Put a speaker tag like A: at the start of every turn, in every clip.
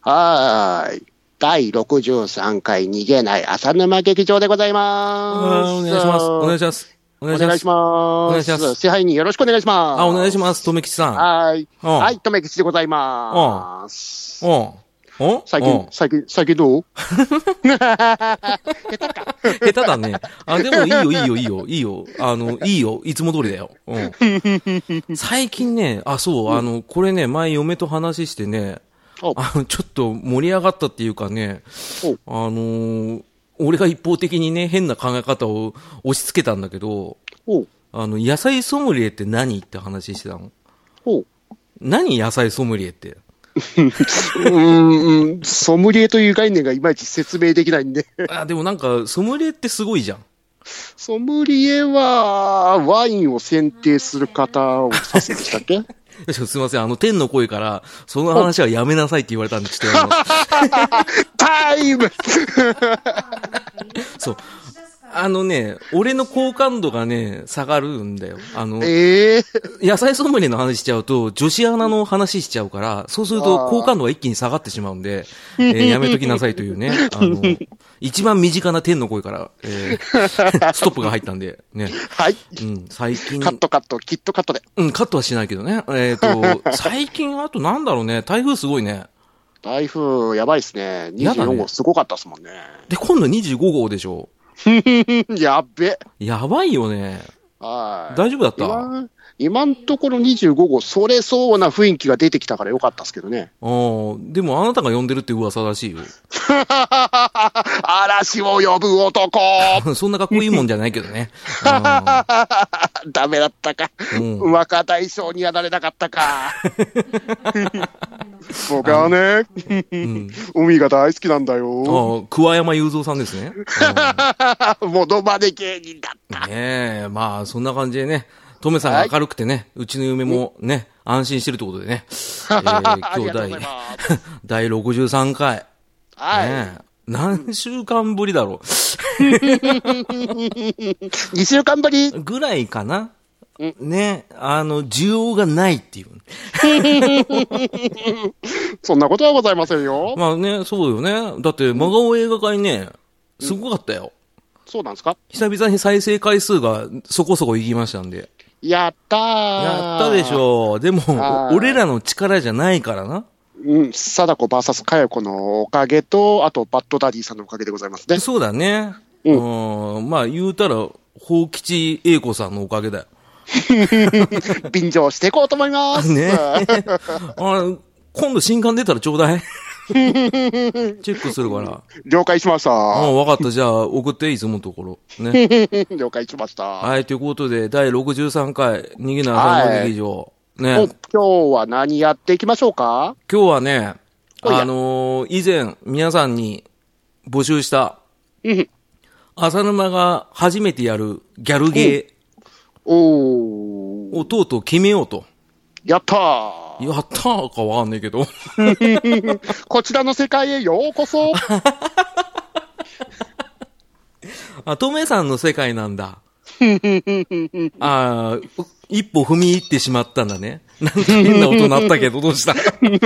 A: はーい。第63回逃げない浅沼劇場でございます。
B: お願いします。お願いします。お
A: お願いし
B: す。
A: ます。
B: お願いします
A: 支配人よろしくお願いします。
B: あ、お願いします。とめきちさん。
A: はーい。
B: うん
A: はい、とめきちでございます。
B: うん。お
A: 最
B: う
A: 近
B: ん、
A: 最近、最近どう
B: 下手だね。あ、でもいいよ、いいよ、いいよ、いいよ。あの、いいよ、いつも通りだよ。 うん。最近ね、あ、そう、あの、これね、前嫁と話してね、
A: お
B: あの、ちょっと盛り上がったっていうかね、あのー俺が一方的にね、変な考え方を押し付けたんだけど、
A: おう
B: あの、野菜ソムリエって何って話してたの。
A: おう
B: 何野菜ソムリエって。
A: うーん、ソムリエという概念がいまいち説明できないんで。
B: あ、でもなんか、ソムリエってすごいじゃん。
A: ソムリエは、ワインを選定する方を指すんでしたっ け
B: よしすいません、あの、天の声から、その話はやめなさいって言われたんで、ちょっとあの、
A: タイム
B: そう。あのね、俺の好感度がね、下がるんだよ。あの、
A: ええ
B: 野菜ソムリエの話しちゃうと、女子アナの話しちゃうから、そうする
A: あ
B: と
A: ー
B: 好感度が一気に下がってしまうんで、え ーやめときなさいというね、あの、一番身近な天の声から、えーストップが入ったんで、ね。
A: はい。
B: うん、最近、
A: カットカット、きっとカットで。
B: うん、カットはしないけどね。えっ、と、最近、あとなんだろうね、台風すごいね。
A: 台風、やばいっすね。
B: やだね
A: 24号、すごかったっすもんね。
B: で、今度25号でしょ。
A: やっべ。
B: やばいよね。
A: はい。
B: 大丈夫だった
A: 今、今んところ25号、それそうな雰囲気が出てきたからよかったっすけどね。
B: ああ、でもあなたが呼んでるって噂らしいよ。
A: 嵐を呼ぶ男
B: そんなかっこいいもんじゃないけどね。あ
A: ダメだったか。
B: うん
A: 若大将にはなれなかった か。僕はね、
B: ーうん。
A: 海が大好きなんだ
B: あ
A: よ。
B: ー桑山雄三さ んですね。
A: ものまね芸人だ。
B: うんねえ、まあそんな感じでね、トメさんが明るくてね、うちの嫁もね、安心してるってことで ね。えー
A: あり
B: 今
A: がとうござい
B: 日
A: ます。
B: 第、第63回。
A: はい。
B: ねえ何週間ぶりだろ
A: 2週間ぶり
B: う。ぐらいかな。ねえあの、需要がないっていう。
A: そんなことはございませんよ。
B: まあね、そうよね。だって、真顔映画会ね、すごかったよ。
A: そうなんですか
B: 久々に再生回数がそこそこいきましたんで。
A: やったー。
B: やったでしょう。でも
A: あ、ー
B: 俺らの力じゃないからな。
A: うん、貞子 VS 佳代子のおかげと、あとバッドダディさんのおかげでございますね。
B: そうだね。うん。まあ言うたら、宝吉英子さんのおかげだよ。
A: 便乗していこうと思い ます。
B: ね。あれ今度新刊出たらちょう だい。チェックするから。
A: 了解しまし
B: あ
A: た。
B: あ、わかった。じゃあ、送って、いつものところ。 ね。
A: 了解しました。
B: はい、ということで、第63回、逃げない朝の劇場。
A: お
B: ね。
A: 今日は何やっていきましょうか
B: 今日はね、
A: おや
B: あのー以前皆さんに募集した、
A: うん。
B: 浅沼が初めてやるギャルゲ
A: お
B: ー
A: ー。
B: をとうとう決めようと。
A: やったー。
B: やったーかわかんないけど。
A: こちらの世界へようこ そ。
B: あ、トメさんの世界なんだ。あー一歩踏み入ってしまったんだね。なんか変な音鳴ったけど、どうした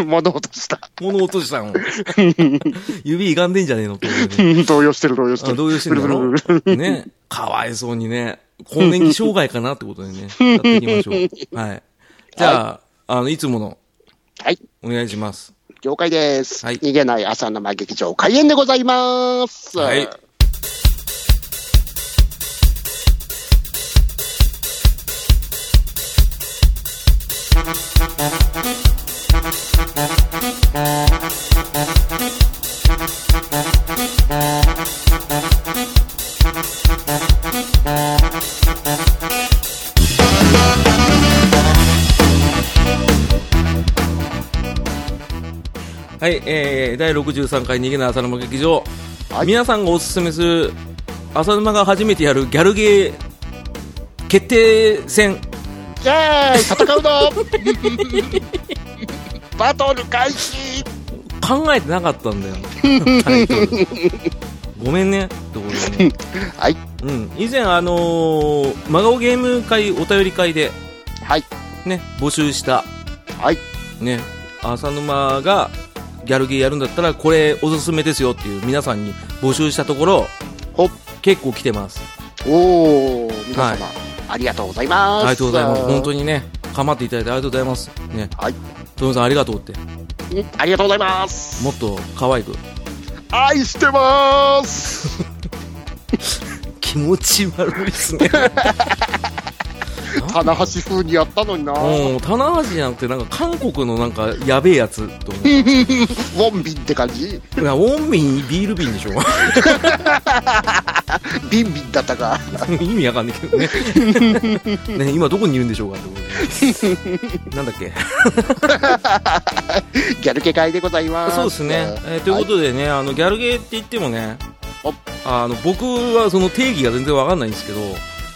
A: 物音した。
B: 物落とした の。指歪んでんじゃねえのって思うよね
A: うん動揺してる、動揺して
B: あ
A: る。
B: 動揺してるんだ
A: ブルブルブル
B: ろね。かわいそうにね。更年期障害かなってこと でね。やっていきましょう。はい。じゃあ、あの、いつもの、
A: はい。
B: お願いします。
A: 了解です。
B: はい
A: 逃げない朝生劇場開演でございます。
B: はい。はい、えー、第63回逃げない浅沼劇場、
A: はい
B: 皆さんがおすすめする浅沼が初めてやるギャルゲー決定戦
A: イェーイ戦 うぞバトル開始
B: 考えてなかったん だよタイトルごめんねところでね、
A: はい。
B: うん、以前あのー、真顔ゲーム会お便り会で
A: はい。
B: ね募集した
A: はい。
B: ね浅沼がギャルゲーやるんだったら、これおすすめですよっていう皆さんに募集したところ、
A: ほっ
B: 結構来てます。
A: おお皆様、
B: はい
A: ありがとうございます
B: ありがとうございます。本当
A: に
B: にね、かまっていただいてありがとうございます。ね、
A: はい
B: トムさんありがとうって、
A: ありがとうございます
B: もっと可愛く。
A: 愛してます
B: 気持ち悪いっ すね。
A: 棚橋風にやったのにな ウ
B: うん、棚橋じゃなくて、なんか韓国のなんかやべえやつと思う。い
A: ォンビンって感じ
B: や、ウォンビンビール瓶でしょ。
A: ビンビンだったか
B: 意味わかんないけどねね 今どこにいるんでしょうかってことでなんだっけ
A: ギャル系会でございます
B: そうですね、えーということでね、あのギャルゲーって言ってもね
A: お
B: あの僕はその定義が全然わかんないんですけど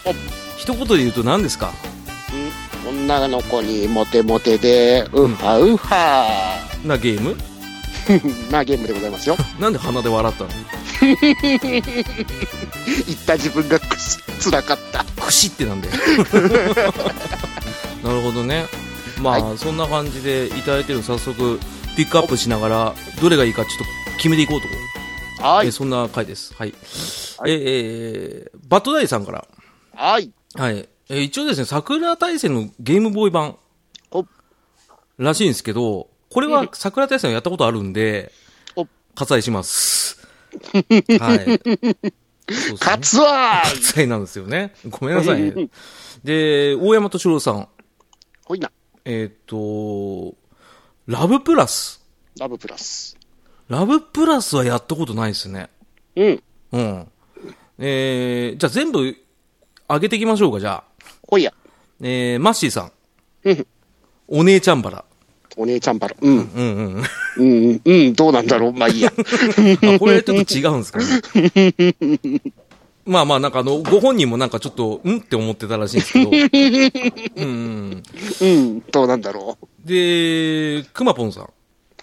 A: お
B: 一言で言うと何ですか
A: はい女の子にモテモテでウハウハ
B: なゲーム
A: なゲームでござい ますよ
B: なんで鼻で笑ったの
A: 言った自分がくし辛かった
B: くしって なんだよなるほどねまあ、そんな感じでいただいてるの早速ピックアップしながらどれがいいかちょっと決めていこうと
A: は
B: えー
A: い
B: そんな回です。はい。えーえーバッドダイさんから。
A: はい
B: はい。えー一応ですね、桜大戦のゲームボーイ版
A: お
B: らしいんですけど、これは桜大戦をやったことあるんで
A: お、
B: 割愛 します。はい。そう
A: 勝つわー
B: 割愛なんですよね。ごめんなさ いね。で、大山敏郎さん。
A: ほいな
B: えっ、と、ラブプラス。
A: ラブプラス
B: ラブプラスはやったことないですね。
A: うん
B: うん。えー、じゃあ全部上げていきましょうか、じゃあ。
A: ほいや
B: えー、マッシーさん。
A: うん
B: お姉ちゃんバラ。
A: お姉ちゃんバラうん
B: うんうん。
A: うんうんうん、どうなんだろう、まあい いや。
B: あ、これちょっと違うんですかね。まあまあ、なんかあの、ご本人もなんかちょっと、んって思ってたらしいんですけど。うんうん。
A: うん、どうなんだろう。
B: で、くまぽんさん。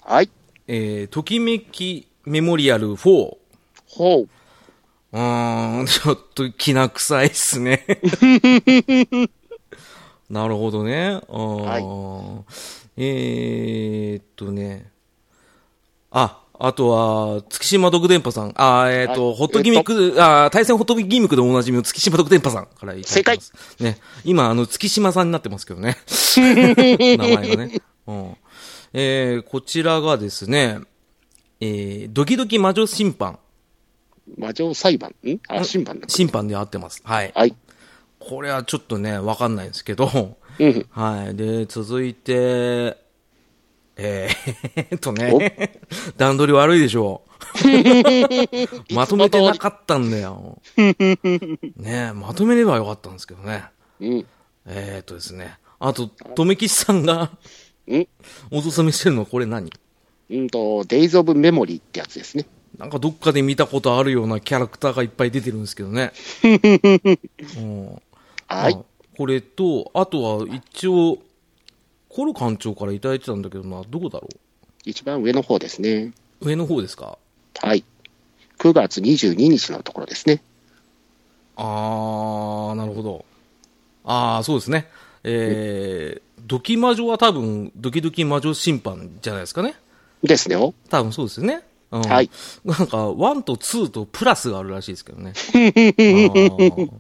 A: はい。
B: えー、ときめきメモリアル4。
A: ほう。
B: うーん、ちょっときな臭いっす ね。なるほどね。あーえー、っとね。あ、あとは、月島独電波さん。あーえーっと、
A: はい
B: ホットギミック、あー対戦ホットギミックでおなじみの月島独電波さんからいただきます。ね。今、あの、月島さんになってますけど ね。名前がね。うん。えー、こちらがですね、えー、ドキドキ魔女審判。
A: 魔女裁判んあ、審判だ。
B: 審判で合ってます。はい。
A: はい。
B: これはちょっとね、わかんないんですけど。
A: うん。
B: はい。で、続いて、えー、 とね、段取り悪いでしょ う。まとめてなかったんだよ。ねまとめればよかったんですけどね。
A: うん。
B: えー、とですね。あと、とめきちさんが
A: うん。
B: おすすめしてるのこれ何
A: うんと、デイズ・オブ・メモリーってやつですね。
B: なんかどっかで見たことあるようなキャラクターがいっぱい出てるんですけど ね。うん
A: はい
B: まあ。これと、あとは一応、コロ館長からいただいてたんだけどな、どこだろ
A: 一番上の方ですね。
B: う上の方ですか
A: はい。9月22日のところですね。
B: あー、なるほど。あー、そうですね。えー、ドキ魔女は多分、ドキドキ魔女審判じゃないですかね。
A: ですねよ。
B: 多分そうですよね。うん、
A: はい。
B: なんか、1と2とプラスがあるらしいですけどね。あー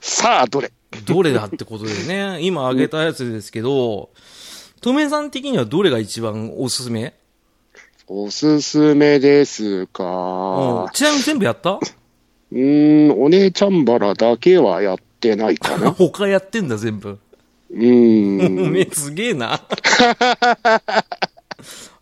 A: さあ、どれ
B: どれだってことでね、 今挙げたやつですけど、トメさん的にはどれが一番おすすめ
A: おすすめですか。
B: うんちなみに全部やった
A: うーん、お姉ちゃんバラだけはやってないか な。
B: 他やってんだ、全部。
A: うー
B: お
A: ん。
B: めえ すげえな。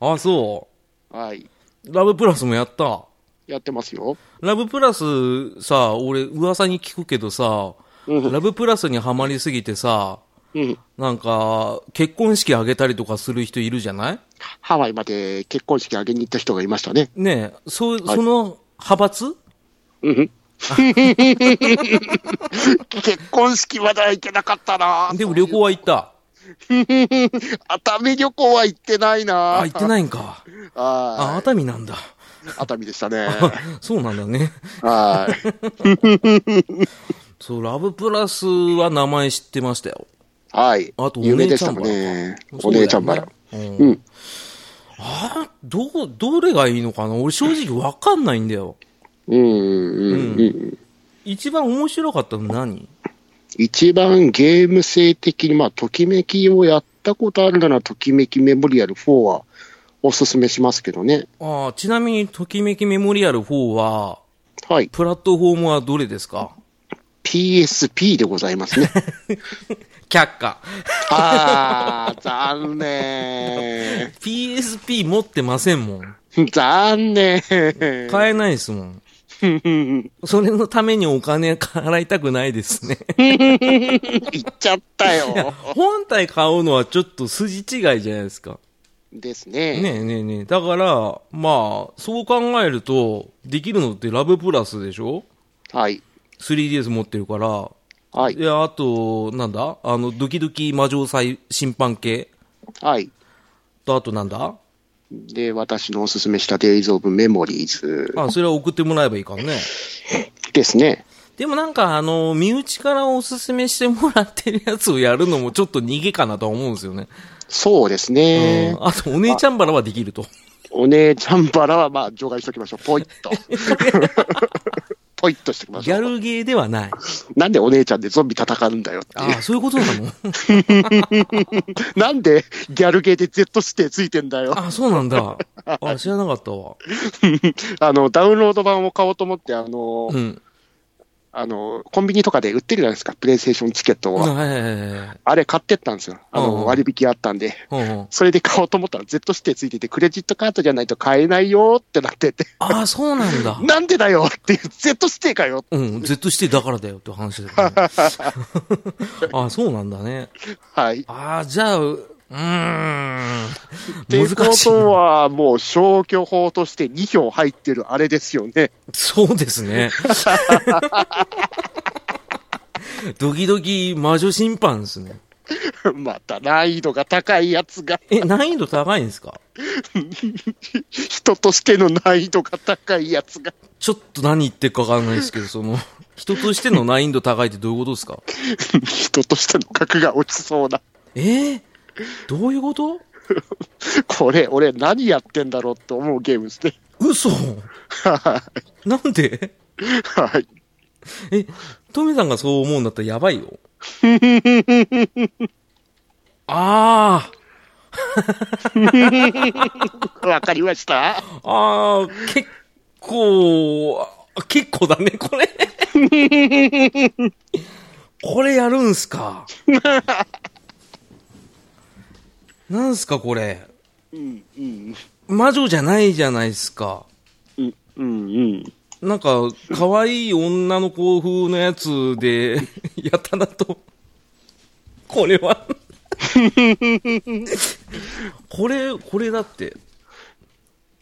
B: あ、そ
A: はい。
B: う。ラブプラスもやった。
A: やってますよ。
B: ラブプラスさ、俺噂に聞くけどさ、
A: うん
B: ラブプラスにはまりすぎてさ、
A: うん。
B: なんか、結婚式あげたりとかする人いるじゃない
A: ハワイまで結婚式挙げに行った人がいましたね。
B: ねえ、そう、その派閥
A: うん。結婚式まだ行けなかったな。
B: でも旅行は行った。
A: 熱海旅行は行ってないな。
B: あ、行ってないんか。
A: は
B: あ、熱海なんだ。
A: い熱海でしたね。
B: そうなんだね。
A: はい。
B: そう、ラブプラスは名前知ってましたよ。
A: はい。
B: あとお
A: 有名
B: 姉
A: で
B: ち
A: し
B: ゃ
A: た
B: んバ
A: も
B: ラ
A: んね。お姉ちゃんバラ。
B: そうだよね。
A: うん。
B: あーどう、どれがいいのかな俺正直わかんないんだよ。
A: うんうんうんうん。
B: 一番面白かったの何
A: 一番ゲーム性的に、まあ、ときめきをやったことあるなら、ときめきメモリアル4はおすすめしますけどね。
B: ああ、ちなみに、ときめきメモリアル4は、
A: はい。
B: プラットフォームはどれですか
A: PSP でございます ね。
B: 却下。
A: あー、残念。
B: PSP 持ってませんもん。
A: 残念。
B: 買えないですもん。それのためにお金払いたくないですね。
A: 言っちゃったよ。
B: 本体買うのはちょっと筋違いじゃないですか。
A: ですね。
B: ねえねえねえ。だから、まあ、そう考えると、できるのってラブプラスでしょ
A: はい。
B: ?3DS 持ってるから。
A: はい。
B: で、あと、なんだあの、ドキドキ魔女祭審判系
A: はい。
B: と、あとなんだ
A: で、私のおすすめした Days of Memories
B: あ、それは送ってもらえばいいかんね。
A: ですね。
B: でもなんか、あの、身内からおすすめしてもらってるやつをやるのもちょっと逃げかなとは思うんですよね。
A: そうです
B: う
A: ね。
B: ん。あと、お姉ちゃんバラはできると。
A: お姉ちゃんバラは、まあ、除外しときましょう。ポイッ と。ポイッとしてきまし
B: ギ
A: ょ
B: ャ
A: う。
B: ルゲーではない。
A: なんでお姉ちゃんでゾンビ戦うんだよって
B: あ
A: いう。
B: あ、そういうことなの
A: なんでギャルゲーで Z 指定ついてんだよ。
B: ああ、そうなんだ。あ知らなかったわ。
A: あの、ダウンロード版を買おうと思って、あの、
B: うん。
A: あの、コンビニとかで売ってるじゃないですか、プレイステーションチケットを。
B: はいはいはいはい。
A: あれ買ってったんですよ。あ
B: うん
A: の、割引あったんで。
B: うんうん
A: それで買おうと思ったら Z 指定ついてて、クレジットカードじゃないと買えないよってなってて、
B: ああ、そうなんだ。
A: なんでだよっていう、Z 指定かよ。
B: うん、Z してだからだよって話だ よね。ああ、そうなんだね。
A: はい。
B: ああ、じゃあ、うーん。
A: っていうこ
B: 難しいな。
A: とは、もう消去法として2票入ってるあれですよね。
B: そうですね。ドキドキ魔女審判ですね。
A: また難易度が高いやつが、
B: え、難易度高いんですか
A: 人としての難易度が高いやつが、
B: ちょっと何言ってるかわかんないですけど、その、人としての難易度高いってどういうことですか
A: 人としての格が落ちそうな。
B: えー、どういうこと
A: これ、俺何やってんだろうって思うゲームですね。
B: 嘘
A: は
B: なんで
A: い。はい。
B: え、トメさんがそう思うんだったらやばい よ。あ
A: わかりました
B: あ、ああ、結構、あ結構だね、これ。 これやるんすか。 なんすか、これ。
A: うん、うん、
B: 魔女じゃないじゃないですか。
A: うん、うん、うん。
B: なんか、可愛い女の子風のやつで、 やたらと、これは、 これ、これだって、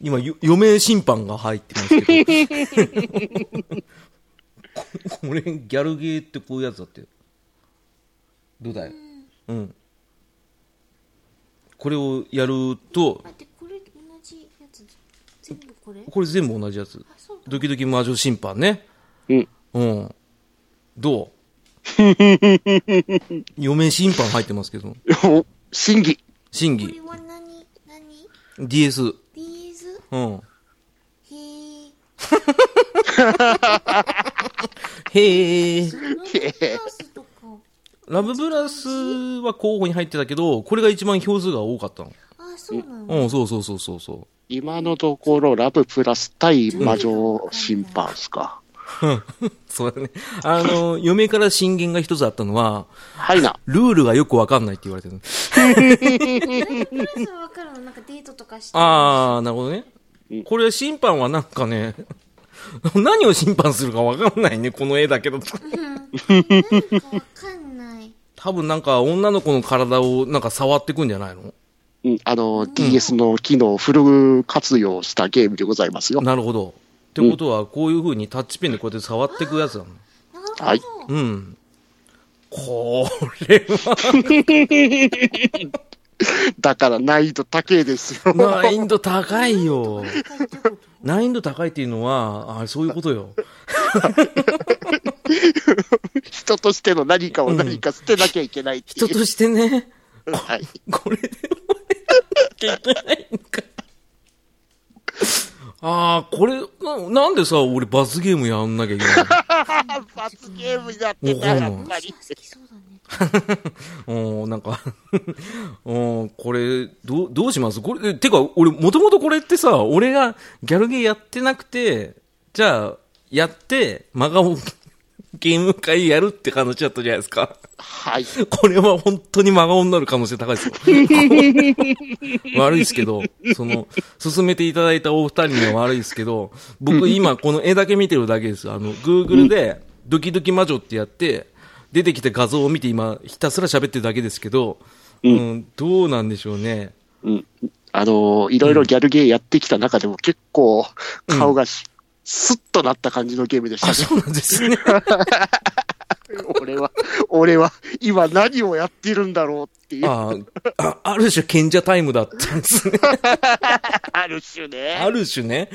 B: 今、よ余命審判が入ってますけど、ここれ、ギャルゲーってこういうやつだって。どうだいうん。これをやると、
C: 待ってこれ同じやつ全部これ
B: これ全部同じやつ。
C: あそうだ
B: ドキドキ魔女審判ね。
A: うん。
B: うん。どう余命審判入ってますけど。
A: お審議。
B: 審
C: こ
B: 議
C: れ。は何何
B: DS。う
C: ?DS?
B: ん。
C: へー
B: へえ。
C: ラブプラスとか
B: ラブブラスは候補に入ってたけど、これが一番票数が多かったの。
C: あそうなの
B: うん、そうそうそうそうそう。
A: 今のところ、ラブプラス対魔女審判っすか。
B: そうだね。あの、嫁から進言が一つあったのは、
A: はいな。
B: ルールがよくわかんないって言われてる。
C: プラスは分かるのなんかデートとかして
B: あー、なるほどね。これ審判はなんかね、何を審判するかわかんないね、この絵だけど。
C: なんか分かんない
B: 多分なんか女の子の体をなんか触ってくんじゃないの
A: うん、あの、DS の機能をフル活用したゲームでございますよ。
B: なるほど。ってことは、こういう風にタッチペンでこうやって触ってくやつなの。
C: なるほど、
A: はい
B: うん。これは
A: だから難易度高いですよ。
B: 難易度高いよ。難易度高いっていうのは、あそういうことよ。
A: 人としての何かを何か捨てなきゃいけないってい
B: 人
A: う。
B: としてね、
A: はい。
B: これでもやっていけないのか。ああ、これな、なんでさ、俺罰ゲームやんなきゃいけない
A: 罰ゲームになってた、やっぱり。
C: 好きそうだね。
B: のおーなんか おー、これ、どう、どうしますこれ、えてか、俺、もともとこれってさ、俺がギャルゲーやってなくて、じゃあ、やって、真顔ゲーム会やるって話だったじゃないですか。
A: はい。
B: これは本当に真顔になる可能性高いです よ。悪いですけど、その、進めていただいたお二人には悪いですけど、僕今この絵だけ見てるだけです。あの、Google で、ドキドキ魔女ってやって、出てきた画像を見て今、ひたすら喋ってるだけですけど、うん、どうなんでしょうね。
A: うん。あのーいろいろギャルゲーやってきた中でも結構、顔がしスッとなった感じのゲームでした
B: あ、
A: ね。
B: そうなんです ね。
A: 俺は、俺は、今何をやってるんだろうっていう。
B: ああ、ある種賢者タイムだったんですね。
A: ある種ね。
B: ある種ね。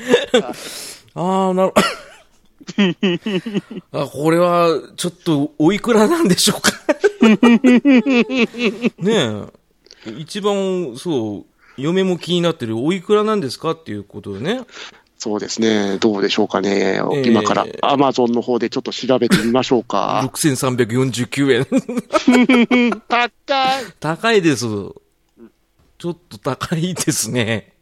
B: ああ、なる あ、これは、ちょっと、おいくらなんでし ょうかねえ。一番、そう、嫁も気になってる、おいくらなんですかっていうことでね。
A: そうですね。どうでしょうかね。
B: ー
A: 今から、アマゾンの方でちょっと調べてみましょうか。
B: 6349円。
A: 高い。
B: 高いです。ちょっと高いです ね。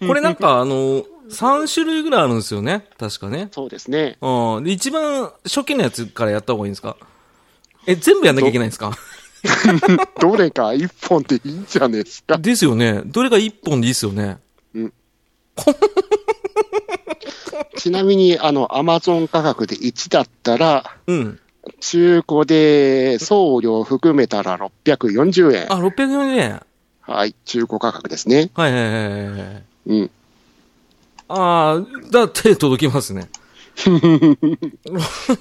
B: これなんか、あの、3種類ぐらいあるんですよね。確かね。
A: そうですね。
B: うん。で、一番初期のやつからやった方がいいんですかえ、全部やんなきゃいけないんですか
A: どれか一本でいいんじゃないですか。
B: ですよね。どれが一本でいいですよね。
A: ちなみに、あの、アマゾン価格で1だったら、
B: うん。
A: 中古で送料含めたら640円。
B: あ、640円。
A: はい、中古価格ですね。
B: はいはいはいはいはい。
A: うん。
B: ああ、だって届きますね。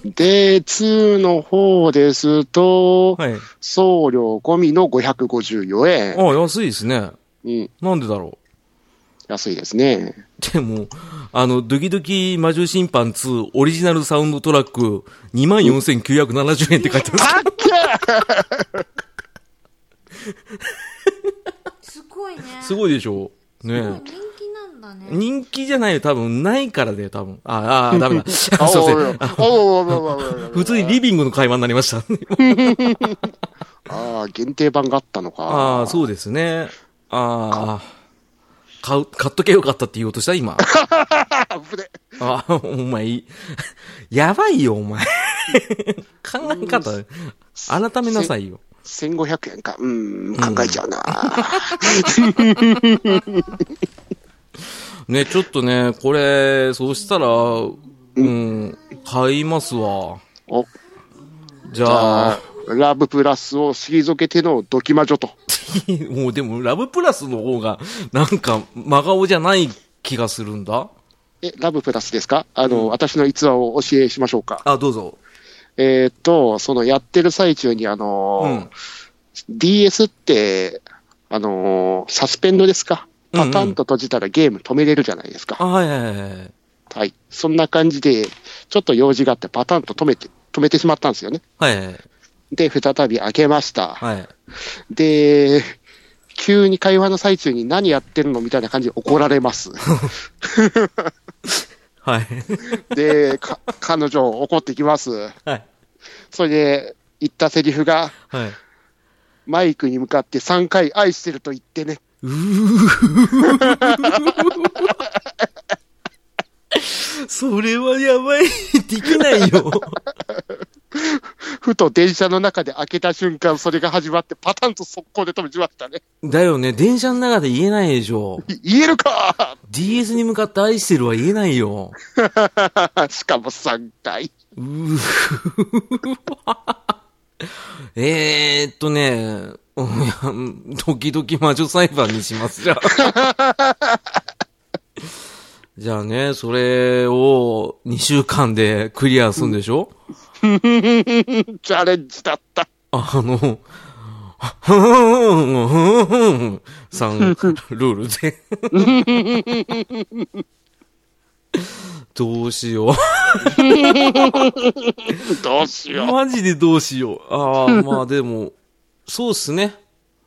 A: で、2の方ですと、
B: はい。
A: 送料込みの554円。
B: あ安いですね。
A: うん、
B: なんでだろ
A: 安いですね。
B: う。でも、あの、ドキドキ魔女審判2オリジナルサウンドトラック24,970円って書いてます。
C: すごいね。
B: す
C: い。
B: ごいでしょね
C: 人気なんだね。
B: 人気じゃないよ、多分。ないからだよ、多分。ああ、ダメ だ。すいま
A: あお
B: せ
A: いおい
B: ん。
A: おいおいおいおいおいおいおい
B: 普通にリビングの会話になりました。
A: ああ、限定版があったのか。
B: ああ、そうですね。ああ。買う、買っとけよかったって言おうとした今。
A: あぶね
B: ああ、お前いい、やばいよ、お前。考え方、改めなさいよ。
A: 1500円か。うん、考えちゃうな。
B: ね、ちょっとね、これ、そうしたら、うん、買いますわ。
A: お、じ
B: じゃ
A: ゃ
B: あ
A: あ、、ラブプラスを退けてのドキマジョと。
B: もうでも、ラブプラスの方が、なんか、真顔じゃない気がするんだ。
A: え、ラブプラスですかあの、私の逸話を教えしましょうか。
B: あ、どうぞ。
A: えーっと、そのやってる最中に、あ
B: う
A: の
B: ん。
A: ー DS って、あのーサスペンドですかパタンと閉じたらゲーム止めれるじゃないですか。
B: あ、はいはいはい。
A: はい。そんな感じで、ちょっと用事があってパタンと止めて、止めてしまったんですよね。
B: はいはい。
A: で、再び開けました。
B: はい。
A: で、急に会話の最中に何やってるのみたいな感じで怒られ ます。
B: はい。
A: で、か彼女怒ってきます。
B: はい。
A: それで、言ったセリフが、
B: はい。
A: マイクに向かって3回愛してると言ってね。
B: それはやばい。できないよ。
A: ふと電車の中で開けた瞬間、それが始まって、パタンと速攻で止めちまったね。
B: だよね。電車の中で言えないでしょ。
A: い言えるか
B: DS に向かって愛してるは言えない よ。
A: しかも3回。
B: うーえーっとね、 うんいや時々魔女裁判にします、じゃあ。 じゃあね、それを2週間でクリアするんでしょ、
A: チャレンジだった。
B: あの、ふんふんふんふんさん、ルールで。どうしよ
A: どうし
B: う。
A: よ
B: マジでどうしよう。ああ、まあでも、そうっすね。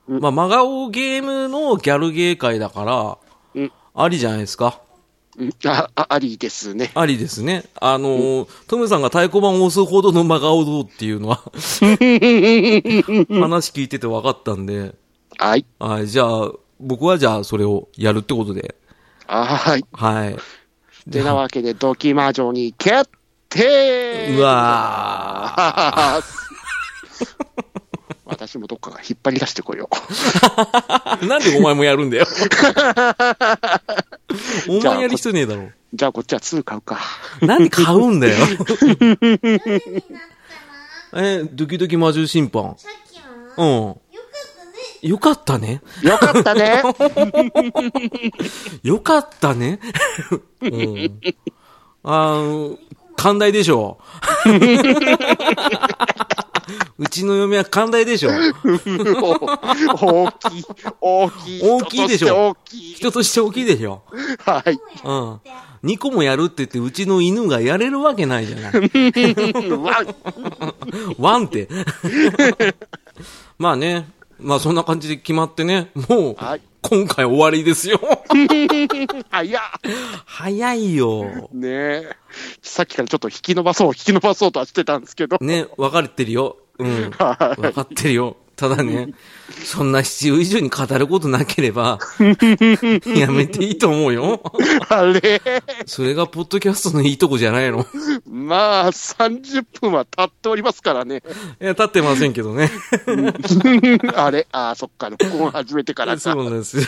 B: まあ、真顔ゲームのギャルゲー会だから
A: うん、
B: ありじゃないですか。
A: うんあ、あありですね。
B: ありですね。あのートムさんが太鼓判を押すほどの真顔どうっていうのは話聞いてて分かったんで、
A: はい。
B: はい、じゃあ、僕はじゃあそれをやるってことで、
A: はい。
B: はい。
A: てなわけで、ドキマジョに決定
B: うわ
A: あ 私もどっかが引っ張り出してこよう。
B: ーなんでお前もやるんだよ。お前やる必要ねえだろ。
A: じゃあこっちは2買うか。
B: なんで買うんだよ。
C: になった な
B: え、ドキドキ魔獣審判。
C: さっきはよ
B: う
C: か
B: ん。
C: ったね
B: よかったね。
A: よかったね。
B: よかったね。うん。あー寛大でしょ。うちの嫁は寛大でしょ。
A: 大きい、大きい。
B: 大きいでしょ
A: 人とて大きい。
B: 人として大きいでしょ。
A: はい。
B: うん。2個もやるって言って、うちの犬がやれるわけないじゃ ない。
A: わ
B: ワンって。 まあね。まあそんな感じで決まってね。もう
A: はい、
B: 今回終わりですよ。
A: 早っ
B: 早いよ。
A: ねえ。さっきからちょっと引き伸ばそう、引き伸ばそうとはしてたんですけど。
B: ね、分かってるよ。うん。
A: はい
B: 分かってるよ。ただね、そんな必要以上に語ることなけ れば、やめていいと思うよ。
A: あれ
B: それがポッドキャストのいいとこじゃないの。
A: まあ、30分は経っておりますからね。
B: いや、立ってませんけどね。
A: あれああ、そっか、録音始めてから
B: そ
A: か。
B: うなんですよ。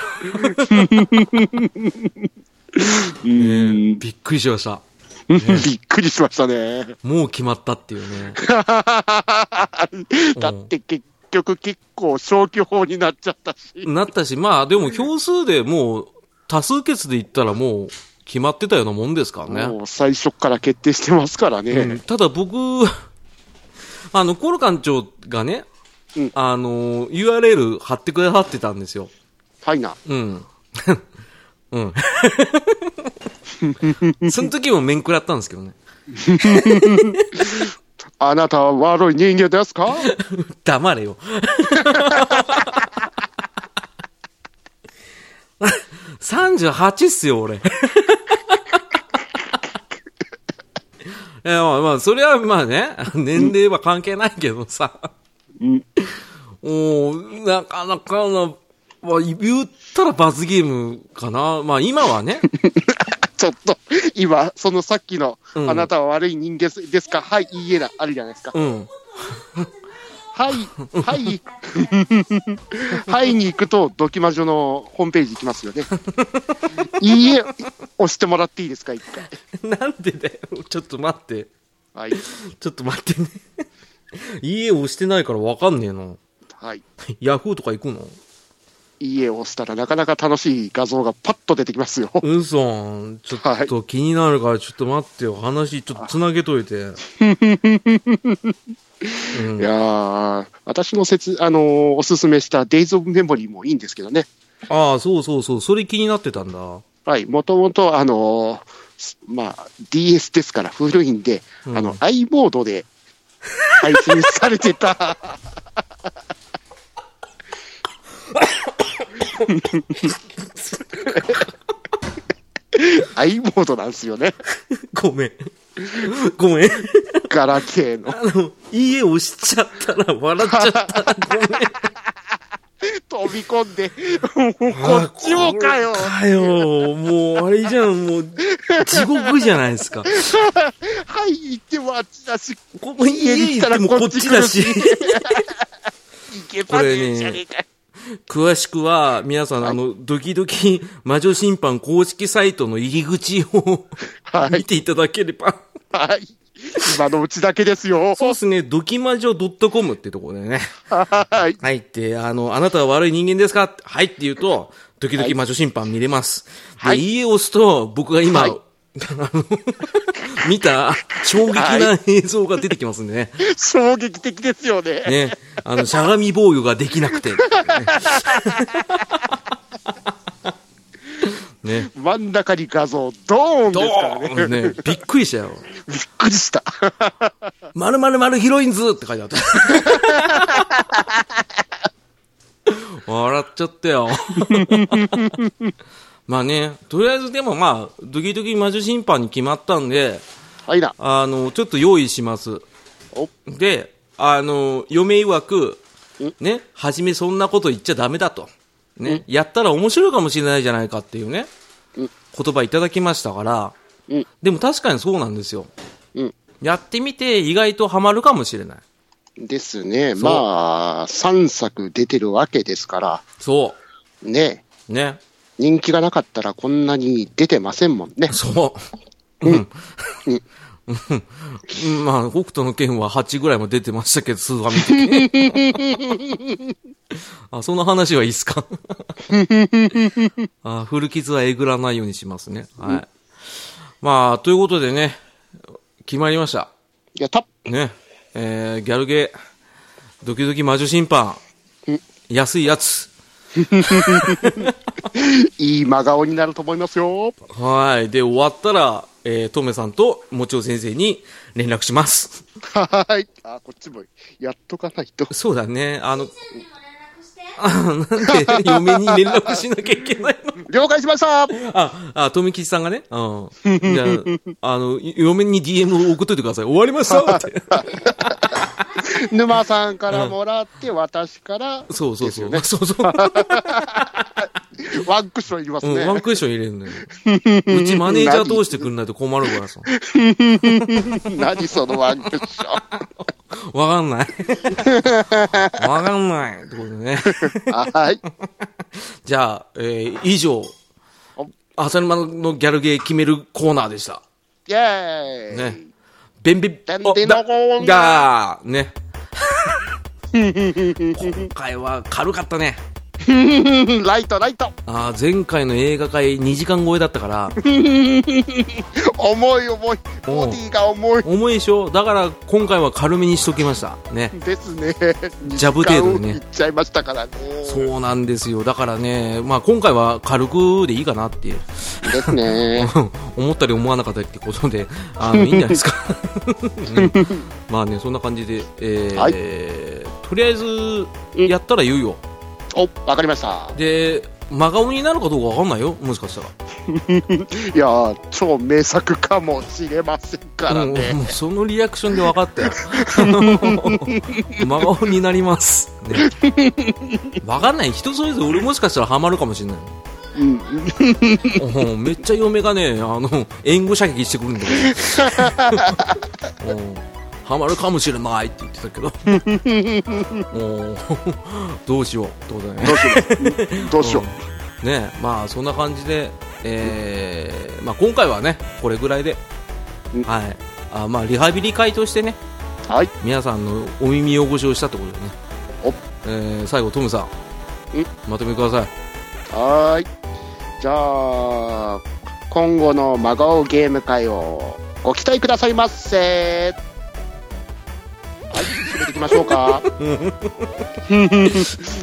A: うん
B: びっくりしました。
A: びっくりしましたね。
B: もう決まったっていうね。
A: だって結局結構消去法になっちゃったし。
B: なったし、まあでも票数でもう、多数決で言ったらもう決まってたようなもんですからね。
A: もう最初から決定してますからね。
B: ただ僕、 あの、コロ館長がね、
A: うん
B: あの、URL 貼ってくださってたんですよ。
A: はいな。
B: うん。 うん。 その時も面食らったんですけどね。
A: あなたは悪い人間ですか
B: 黙れよ。38っすよ、俺。いや、まあまあ、それはまあね、年齢は関係ないけどさ。おーなかなかな、まあ、言ったら罰ゲームかな。まあ今はね、
A: ちょっと、今、そのさっきの、
B: うん
A: あなたは悪い人間ですかはい、いいえだ。あるじゃないですか。
B: うん。
A: はい、はい。 はいに行くと、ドキマジョのホームページ行きますよね。いいえ、押してもらっていいですか、一回。
B: なんでだよ。ちょっと待って。
A: はい。
B: ちょっと待ってね。家押してないからわかんねえな。
A: はい。
B: ヤフーとか行くの
A: いいえを押したら、なかなか楽しい画像がパッと出てきますよ。
B: うそん。ちょっと気になるから、ちょっと待ってよ。話、ちょっとつなげといて。
A: いやー、私のせつ、あのーおすすめした Days of Memory もいいんですけどね。
B: ああ、そうそうそう。それ気になってたんだ。う
A: はい、もともと、あのーすまあ、DS ですから古いんで、あの、i モードで配信されてた。i モードなんですよね。
B: ごめん。ごめん。
A: ガラケーの。
B: あの、家押しちゃったら笑っちゃったらごめん。
A: 飛び込んで、もうこっちもかよ
B: これかよ。もう、あれじゃん。もう、地獄じゃないですか。
A: はい、行ってもあっちだし、
B: ここ家行ってもこっちだし。
A: 行けばねえじゃねえかよ。
B: 詳しくは、皆さん、あの、ドキドキ魔女審判公式サイトの入り口を
A: はい
B: 見ていただければ。
A: はい。今のうちだけですよ。
B: そうですね、ドキ魔女 .com ってところでね、
A: はい。
B: 入って、あの、あなたは悪い人間ですかはいって言うと、ドキドキ魔女審判見れます。
A: はい
B: で、いいえを押すと、僕が今、
A: はい
B: あの、 見た衝撃な映像が出てきますんでね。
A: 衝撃的ですよね。
B: ね、あの、しゃがみ防御ができな くて。ね。ね
A: 真ん中に画像、ドーンですからね。
B: ねびっくりしたよ。
A: びっくりした。
B: まるまるまるヒロインズって書いてあった。 笑っちゃったよ。 まあね、とりあえずでもまあ、ドキドキ魔女審判に決まったんで、
D: はいな。
B: あの、ちょっと用意します。
D: お
B: で、あの、嫁曰く、ね、はじめそんなこと言っちゃダメだと。ね、やったら面白いかもしれないじゃないかっていうね、
D: うん
B: 言葉いただきましたから、
D: うん
B: でも確かにそうなんですよ。
D: うん。
B: やってみて意外とハマるかもしれない。
D: ですね。まあ、3作出てるわけですから、
B: そ
D: ね。
B: う。ね。
D: 人気がなかったらこんなに出てませんもんね。
B: そう。うん。うん。まあ、北斗の剣は8ぐらいも出てましたけど、スーファミで。 あ、その話はいいっす かあ古傷はえぐらないようにしますね。はい。まあ、ということでね、決まりました。
D: やった
B: ね。えー、ギャルゲー、ドキドキ魔女審判、安いやつ。
D: いい真顔になると思いますよ。
B: はい。で、終わったら、えー、トメさんと、もちお先生に連絡します。
D: はーい。あ、こっちもやっとかないと。
B: そうだね。あの、
C: にも連絡して。
B: あなんで嫁に連絡しなきゃいけないの
D: 了解しました
B: あ、あ、富吉さんがね。うん。じゃあ、あの、嫁に DM を送っといてください。終わりましたって。
D: 沼さんからもらって、私から、
B: そうそうそう。
D: で
B: そうそう。
D: すよねワンクッションいります
B: うん、
D: ね。
B: ワンクッション入れるのよ。うちマネージャー通してくんないと困るからさ。
D: 何そのワンクッショ
B: わかんない。わかんない。ってことでね。
D: ン。はーい。
B: じゃあ、えー、以上
D: お、
B: 浅沼のギャルゲー決めるコーナーでした。
D: イェーイ。
B: ね。べんべん、
D: べんべんのコーナ
B: だ
D: ー
B: だーね。今回は軽かったね。
D: ライト、ライト。
B: あー前回の映画会2時間超えだったから、
D: 重い重い。ボディが重い
B: 重いでしょだから今回は軽めにしときました。ね。
D: ですね。
B: ジャブ程度にね
D: いっちゃいましたからね。
B: そうなんですよ。だからね、まあ今回は軽くでいいかなって、
D: ですね。
B: 思ったり思わなかったりってことで、あの、いいんじゃないですか。 うんまあね、そんな感じで、えー
D: はい
B: とりあえず、やったら言うよ。
D: お、わかりました。
B: で真顔になるかどうかわかんないよもしかしたら
D: いやー、超名作かもしれませんから
B: うんも
D: ね。
B: うそのリアクションで分かったよ 真顔になります、ね、分かんない人それぞれ俺もしかしたらハマるかもしれない
D: うん。
B: うんめっちゃ嫁がねあの援護射撃してくるんだけど うんハマるかもしれないって言ってたけどうんどうしようってことだね
D: どうしよう。どうしよう。
B: うんねまあそんな感じで、えーまあ、今回はねこれぐらいで
D: うん、
B: はいあまあ、リハビリ会としてね
D: はい。
B: 皆さんのお耳汚しをしたってことでね
D: お
B: えー最後トムさん
D: うん
B: まとめください
D: はーい。じゃあ、今後の真顔ゲーム会をご期待くださいませ。はい、締めていきましょう か。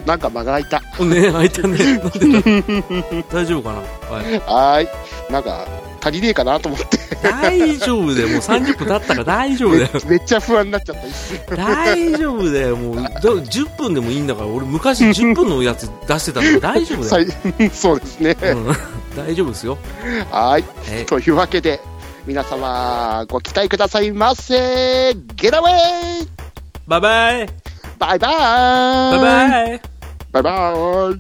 D: なんか間が空いた。
B: おね開いた ねなんでだ大丈夫かな、はい、
D: はーい。なんか、足りねえかなと思って、
B: 大丈夫だよもう30分経ったから大丈夫だよ
D: めっちゃ不安になっちゃった一瞬。
B: 大丈夫だよもうだ10分でもいいんだから俺昔10分のやつ出してたから大 丈夫だ
D: さ
B: よ、
D: いそうですね。
B: うん、大丈夫ですよ
D: はー。
B: はいい
D: というわけで、皆様、ご期待くださいませ。ゲラウェイ
B: バイバイ
D: バイバー
B: バ
D: イ
B: イバイ
D: バイバーイ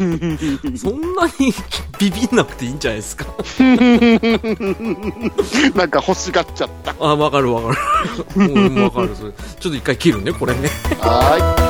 B: そんなにビビんなくていいんじゃないですか。
D: なんか欲しがっちゃった。
B: あ、わかるわかる。うんわかる。それちょっと一回切るね、これね。
D: はーい。